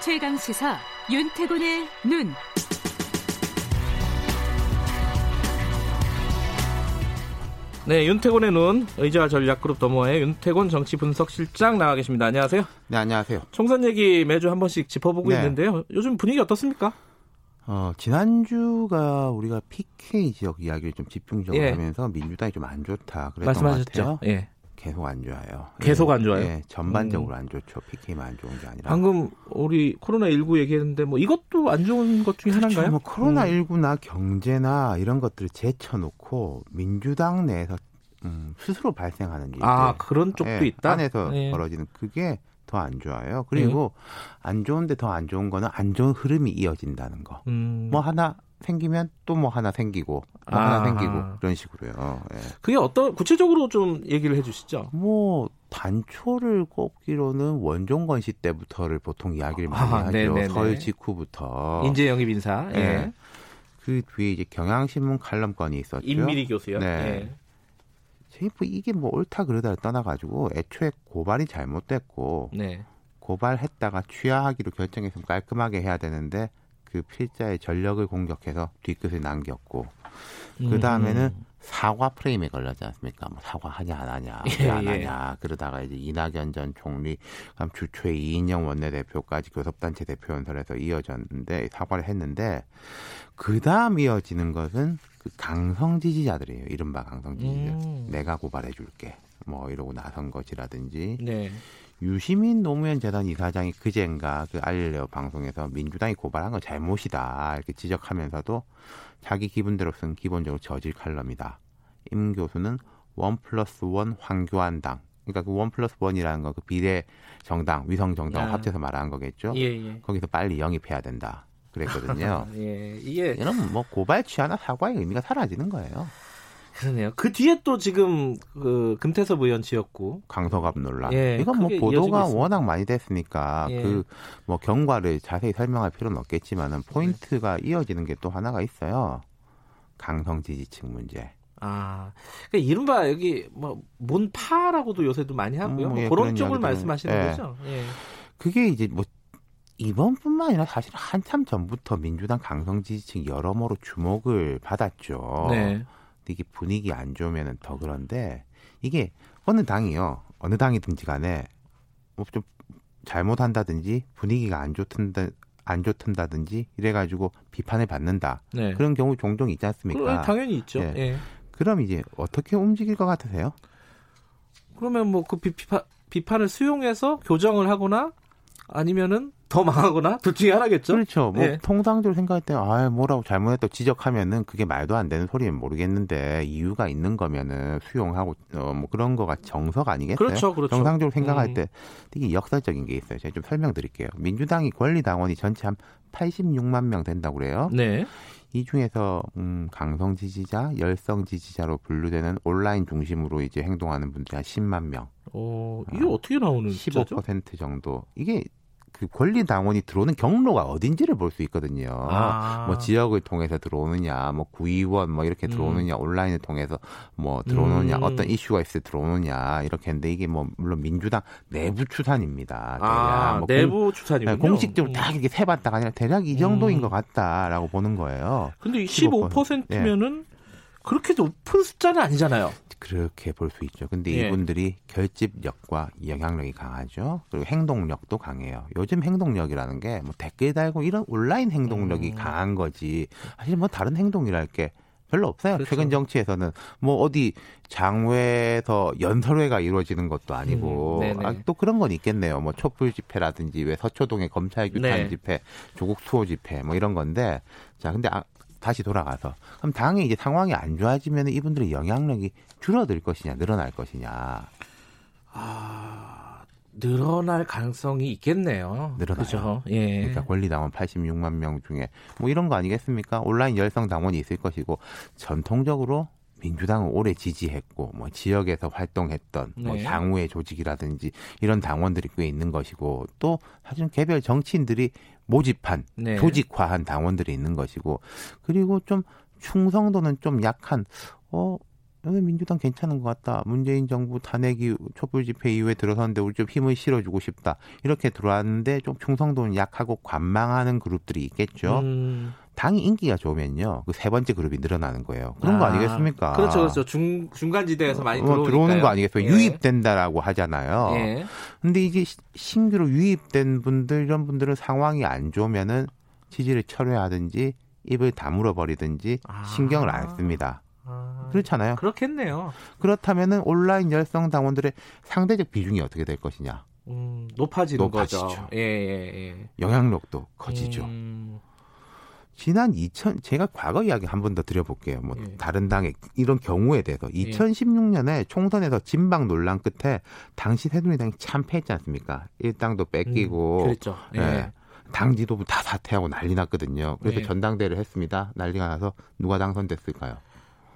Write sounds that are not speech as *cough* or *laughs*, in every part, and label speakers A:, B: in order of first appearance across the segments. A: 최강 시사 윤태곤의 눈.
B: 네, 윤태곤의 눈 의자 전략그룹 더모의 윤태곤 정치분석실장 나와 계십니다. 안녕하세요.
C: 네, 안녕하세요.
B: 총선 얘기 매주 한 번씩 짚어보고
C: 네.
B: 있는데요. 요즘 분위기 어떻습니까?
C: 어, 지난주가 우리가 PK 지역 이야기를 좀 집중적으로
B: 예.
C: 하면서 민주당이 좀 안 좋다 그랬던 것 같아요. 네.
B: 예.
C: 계속 안 좋아요.
B: 계속
C: 예,
B: 안 좋아요? 음.
C: 예, 전반적으로 안 좋죠. PK만 안 좋은 게 아니라.
B: 방금 우리 코로나 19 얘기했는데 뭐 이것도 안 좋은 것 중에 하나인가요? 음.
C: 뭐 코로나19나 경제나 이런 것들을 제쳐놓고 민주당 내에서 음, 스스로 발생하는 일들.
B: 아, 그런 쪽도
C: 예,
B: 있다.
C: 안에서
B: 예.
C: 벌어지는 그게 더 안 좋아요. 그리고 안 좋은데 더 안 좋은 거는 안 좋은 흐름이 이어진다는 거.
B: 음,
C: 뭐 하나 생기면 또 뭐 하나 생기고 뭐
B: 아하.
C: 하나 생기고 이런 식으로요. 예.
B: 그게 어떤 구체적으로 좀 얘기를 해주시죠.
C: 뭐 단초를 꼽기로는 원종건 씨 때부터를 보통 이야기를 많이
B: 아,
C: 하죠.
B: 네네네.
C: 설 직후부터
B: 인재 영입 인사. 예.
C: 예. 그 뒤에 이제 경향신문 칼럼건이 있었죠.
B: 임미리 교수요.
C: 그렇죠.
B: 예.
C: 네. 제이프 이게 뭐 옳다 그르다를 떠나가지고 애초에 고발이 잘못됐고
B: 예. 네.
C: 고발했다가 취하하기로 결정했으면 깔끔하게 해야 되는데 그 필자의 전력을 공격해서 뒤끝을 남겼고 그 다음에는 사과 프레임에 걸렸지 않습니까? 뭐 사과하냐 안 하냐
B: 예,
C: 왜 안
B: 예.
C: 하냐 그러다가 이제 이낙연 전 총리 그다음 주초에 이인영 원내대표까지 교섭단체 대표 연설에서 이어졌는데 사과를 했는데 그 다음 이어지는 것은 그 강성 지지자들이에요. 이른바 강성 지지자.
B: 음.
C: 내가 고발해줄게. 뭐 이러고 나선 것이라든지
B: 네.
C: 유시민 노무현 재단 이사장이 그젠가 그 알릴레오 방송에서 민주당이 고발한 건 잘못이다 이렇게 지적하면서도 자기 기분대로 쓴 기본적으로 저질 칼럼이다. 임 교수는 원 플러스 원 황교안당 그러니까 그 원 플러스 원이라는 거 그 비례 정당 위성 정당
B: 아.
C: 합쳐서 말한 거겠죠.
B: 예, 예.
C: 거기서 빨리 영입해야 된다
B: *laughs*
C: 그랬거든요.
B: 예. 이게
C: 이런 뭐 고발 취하나 사과의 의미가 사라지는 거예요.
B: 그러네요. 그 뒤에 또 지금 그 금태섭 의원 지었고
C: 강서갑 논란.
B: 예,
C: 이건 뭐
B: 크게
C: 보도가
B: 이어지고
C: 워낙 많이 됐으니까
B: 예.
C: 그 뭐 경과를 자세히 설명할 필요는 없겠지만은 포인트가
B: 네.
C: 이어지는 게 또 하나가 있어요. 강성 지지층 문제.
B: 아 그러니까 이른바 여기 뭐 몬파라고도 요새도 많이 하고요.
C: 음,
B: 뭐
C: 예,
B: 그런
C: 그런
B: 쪽을
C: 이야기들은-
B: 말씀하시는
C: 예.
B: 거죠. 예.
C: 그게 이제 뭐 이번뿐만 아니라 사실 한참 전부터 민주당 강성 지지층 여러모로 주목을 받았죠.
B: 네.
C: 근데 이게 분위기 안 좋으면 더 그런데 이게 어느 당이요 어느 당이든지 간에 뭐 좀 잘못한다든지 분위기가 안 좋든다 안 좋든다든지 이래가지고 비판을 받는다
B: 네.
C: 그런 경우 종종 있지
B: 그럼
C: 않습니까?
B: 당연히 있죠. 예.
C: 예. 그럼 이제 어떻게 움직일 것 같으세요?
B: 그러면 뭐 그 비판 비판을 수용해서 교정을 하거나 아니면은 더 망하거나 둘 중에 하나겠죠.
C: 그렇죠. 뭐
B: 예.
C: 통상적으로 생각할 때 아, 뭐라고 잘못했다 지적하면은 그게 말도 안 되는 소리는 모르겠는데 이유가 있는 거면은 수용하고 어, 뭐 그런 거가 정석 아니겠어요?
B: 그렇죠, 그렇죠.
C: 정상적으로 생각할
B: 음.
C: 때 되게 역사적인 게 있어요. 제가 좀 설명드릴게요. 민주당이 권리당원이 전체 한 86만 명 된다고 그래요.
B: 네.
C: 이 중에서 음, 강성 지지자, 열성 지지자로 분류되는 온라인 중심으로 이제 행동하는 분들이 한 10만 명,
B: 어 이게
C: 아,
B: 어떻게 나오는 숫자죠?
C: 15% 정도. 이게 그 권리당원이 들어오는 경로가 어딘지를 볼 수 있거든요.
B: 아.
C: 뭐 지역을 통해서 들어오느냐, 뭐 구의원 뭐 이렇게 들어오느냐, 온라인을 통해서 뭐 들어오느냐,
B: 음.
C: 어떤 이슈가 있을 때 들어오느냐 이렇게 했는데 이게 뭐 물론 민주당 내부 추산입니다.
B: 아,
C: 대략 뭐
B: 내부
C: 공,
B: 추산이군요.
C: 네, 공식적으로
B: 음.
C: 다 이렇게 세봤다가 아니라 대략 이 정도인
B: 음.
C: 것 같다라고 보는 거예요.
B: 근데
C: 15%.
B: 15%면은 그렇게 높은 숫자는 아니잖아요.
C: 그렇게 볼 수 있죠. 근데
B: 예.
C: 이분들이 결집력과 영향력이 강하죠. 그리고 행동력도 강해요. 요즘 행동력이라는 게 뭐 댓글 달고 이런 온라인 행동력이
B: 음.
C: 강한 거지. 사실 뭐 다른 행동이랄 게 별로 없어요.
B: 그렇죠.
C: 최근 정치에서는 뭐 어디 장외에서 연설회가 이루어지는 것도 아니고
B: 음, 네네.
C: 아, 또 그런 건 있겠네요. 뭐 촛불 집회라든지 왜 서초동의 검찰 규탄
B: 네.
C: 집회, 조국 수호 집회 뭐 이런 건데 자 근데 아, 다시 돌아가서 그럼 당이 이제 상황이 안 좋아지면 이분들의 영향력이 줄어들 것이냐 늘어날 것이냐
B: 아, 늘어날 가능성이 있겠네요.
C: 늘어나요.
B: 그죠? 예.
C: 그러니까 권리당원 86만 명 중에 뭐 이런 거 아니겠습니까? 온라인 열성 당원이 있을 것이고 전통적으로 민주당은 오래 지지했고 뭐 지역에서 활동했던 뭐
B: 네.
C: 향후의 조직이라든지 이런 당원들이 꽤 있는 것이고 또 사실 개별 정치인들이 모집한
B: 네.
C: 조직화한 당원들이 있는 것이고 그리고 좀 충성도는 좀 약한 어 오늘 민주당 괜찮은 것 같다. 문재인 정부 탄핵이 촛불 집회 이후에 들어섰는데 우리 좀 힘을 실어주고 싶다. 이렇게 들어왔는데 좀 충성도는 약하고 관망하는 그룹들이 있겠죠.
B: 음.
C: 당이 인기가 좋으면요, 그 세 번째 그룹이 늘어나는 거예요. 그런 거
B: 아,
C: 아니겠습니까?
B: 그렇죠, 그렇죠. 중 중간 지대에서 많이
C: 어,
B: 들어오니까요.
C: 들어오는 거 아니겠어요?
B: 예.
C: 유입된다라고 하잖아요.
B: 예.
C: 근데 이게 시- 신규로 유입된 분들 이런 분들은 상황이 안 좋으면은 지지를 철회하든지 입을 다물어 버리든지
B: 아.
C: 신경을 안 씁니다.
B: 아,
C: 그렇잖아요.
B: 그렇겠네요.
C: 그렇다면은 온라인 열성 당원들의 상대적 비중이 어떻게 될 것이냐?
B: 음, 높아지는 거죠.
C: 높아지죠.
B: 예, 예, 예.
C: 영향력도 커지죠.
B: 음,
C: 지난 2000 제가 과거 이야기 한 번 더 드려볼게요. 뭐
B: 예.
C: 다른 당의 이런 경우에 대해서 2016년에 총선에서 진박 논란 끝에 당시 새누리당이 참패했지 않습니까? 일당도 뺏기고
B: 음, 그랬죠. 예.
C: 예. 당 지도부 다 사퇴하고 난리 났거든요. 그래서
B: 예.
C: 전당대회를 했습니다. 난리가 나서 누가 당선됐을까요?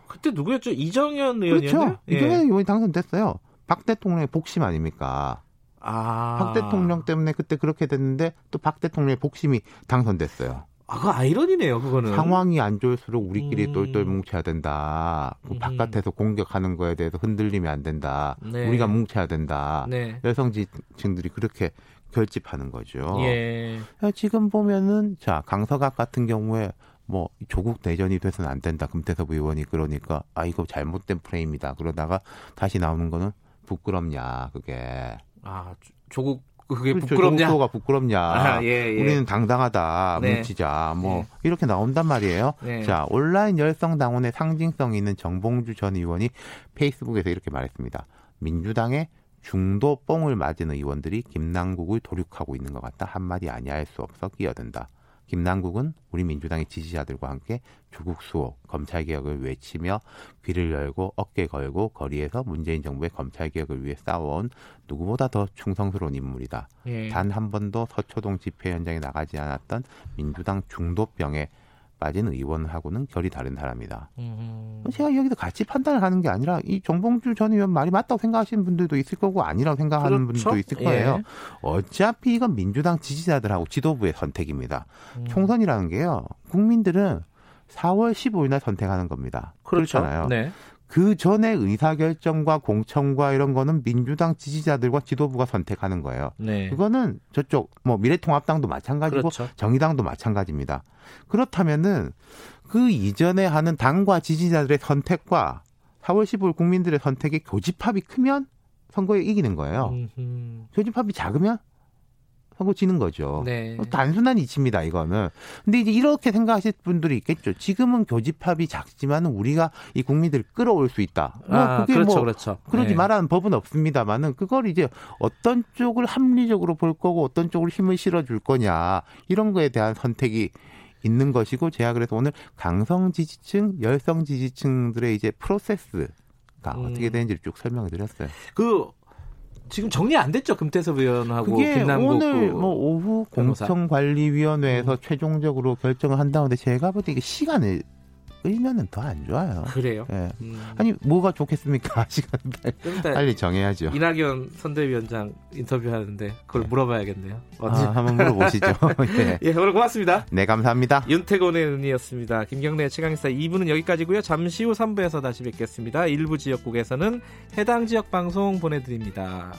B: 그때 누구였죠? 이정현 의원이었나요?
C: 그렇죠.
B: 예.
C: 이정현 의원이 당선됐어요. 박 대통령의 복심 아닙니까?
B: 아,
C: 박 대통령 때문에 그때 그렇게 됐는데 또 박 대통령의 복심이 당선됐어요.
B: 아, 그 아이러니네요, 그거는.
C: 상황이 안 좋을수록 우리끼리
B: 음.
C: 똘똘 뭉쳐야 된다. 그
B: 음.
C: 바깥에서 공격하는 거에 대해서 흔들리면 안 된다.
B: 네.
C: 우리가 뭉쳐야 된다.
B: 네.
C: 여성 지층들이 그렇게 결집하는 거죠.
B: 예.
C: 야, 아, 지금 보면은 자 강서각 같은 경우에 뭐 조국 내전이 돼서는 안 된다 금태섭 의원이 그러니까 아 이거 잘못된 프레임이다 그러다가 다시 나오는 거는 부끄럽냐 그게
B: 아, 조- 조국 그게
C: 그렇죠.
B: 부끄럽냐?
C: 조국도가 부끄럽냐
B: 아, 예, 예.
C: 우리는 당당하다
B: 네.
C: 뭉치자 뭐
B: 예.
C: 이렇게 나온단 말이에요
B: 네.
C: 자 온라인 열성 당원의 상징성 있는 정봉주 전 의원이 페이스북에서 이렇게 말했습니다 민주당의 중도 뽕을 맞은 의원들이 김남국을 도륙하고 있는 것 같다 한마디 아니할 수 없어 끼어든다 김남국은 우리 민주당의 지지자들과 함께 조국 수호 검찰개혁을 외치며 귀를 열고 어깨 걸고 거리에서 문재인 정부의 검찰개혁을 위해 싸워온 누구보다 더 충성스러운 인물이다
B: 예.
C: 단 한 번도 서초동 집회 현장에 나가지 않았던 민주당 중도병에 빠진 의원하고는 결이 다른 사람이다.
B: 음,
C: 제가 여기서 같이 판단을 하는 게 아니라 이 정봉주 전 의원 말이 맞다고 생각하시는 분들도 있을 거고 아니라고 생각하는
B: 그렇죠.
C: 분도 있을 거예요. 어차피 이건 민주당 지지자들하고 지도부의 선택입니다.
B: 음.
C: 총선이라는 게요. 국민들은 4월 15일 날 선택하는 겁니다.
B: 그렇죠.
C: 그렇잖아요.
B: 네.
C: 그 전에 의사결정과 공청과 이런 거는 민주당 지지자들과 지도부가 선택하는 거예요.
B: 네.
C: 그거는 저쪽 뭐 미래통합당도 마찬가지고
B: 그렇죠.
C: 정의당도 마찬가지입니다. 그렇다면은 그 이전에 하는 당과 지지자들의 선택과 4월 15일 국민들의 선택의 교집합이 크면 선거에 이기는 거예요.
B: 음흠.
C: 교집합이 작으면 선거 지는 거죠. 뭐
B: 네.
C: 단순한 어. 이치입니다, 이거는. 근데 이제 이렇게 생각하실 분들이 있겠죠. 지금은 교집합이 작지만 우리가 이 국민들을 끌어올 수 있다. 뭐
B: 아,
C: 그게
B: 그렇죠,
C: 뭐
B: 그렇죠.
C: 그러지
B: 네.
C: 말라는 법은 없습니다만은 그걸 이제 어떤 쪽을 합리적으로 볼 거고 어떤 쪽을 힘을 실어줄 거냐 이런 거에 대한 선택이 있는 것이고 제가 그래서 오늘 강성 지지층, 열성 지지층들의 이제 프로세스가
B: 음.
C: 어떻게 되는지를 쭉 설명해 드렸어요.
B: 그 지금 정리 안 됐죠 금태섭 의원하고
C: 그게
B: 김남국
C: 오늘
B: 그-
C: 뭐 오후
B: 변호사. 음.
C: 공청관리위원회에서 최종적으로 결정을 한다는데 제가 볼 때 이게 시간을 끌면은 더 안 좋아요.
B: 그래요.
C: 예.
B: 음,
C: 아니 뭐가 좋겠습니까? *laughs* 시간 빨리,
B: 좀 이따
C: 빨리 정해야죠.
B: 네. 이낙연 선대위원장 인터뷰하는데 그걸
C: 네.
B: 물어봐야겠네요.
C: 아,
B: 언제?
C: 한번
B: *laughs*
C: 물어보시죠. 예.
B: 예, 오늘 고맙습니다.
C: 네, 감사합니다.
B: 윤태곤의 눈이었습니다. 김경래 최강의사 2부는 여기까지고요. 잠시 후 3부에서 다시 뵙겠습니다. 일부 지역국에서는 해당 지역 방송 보내드립니다.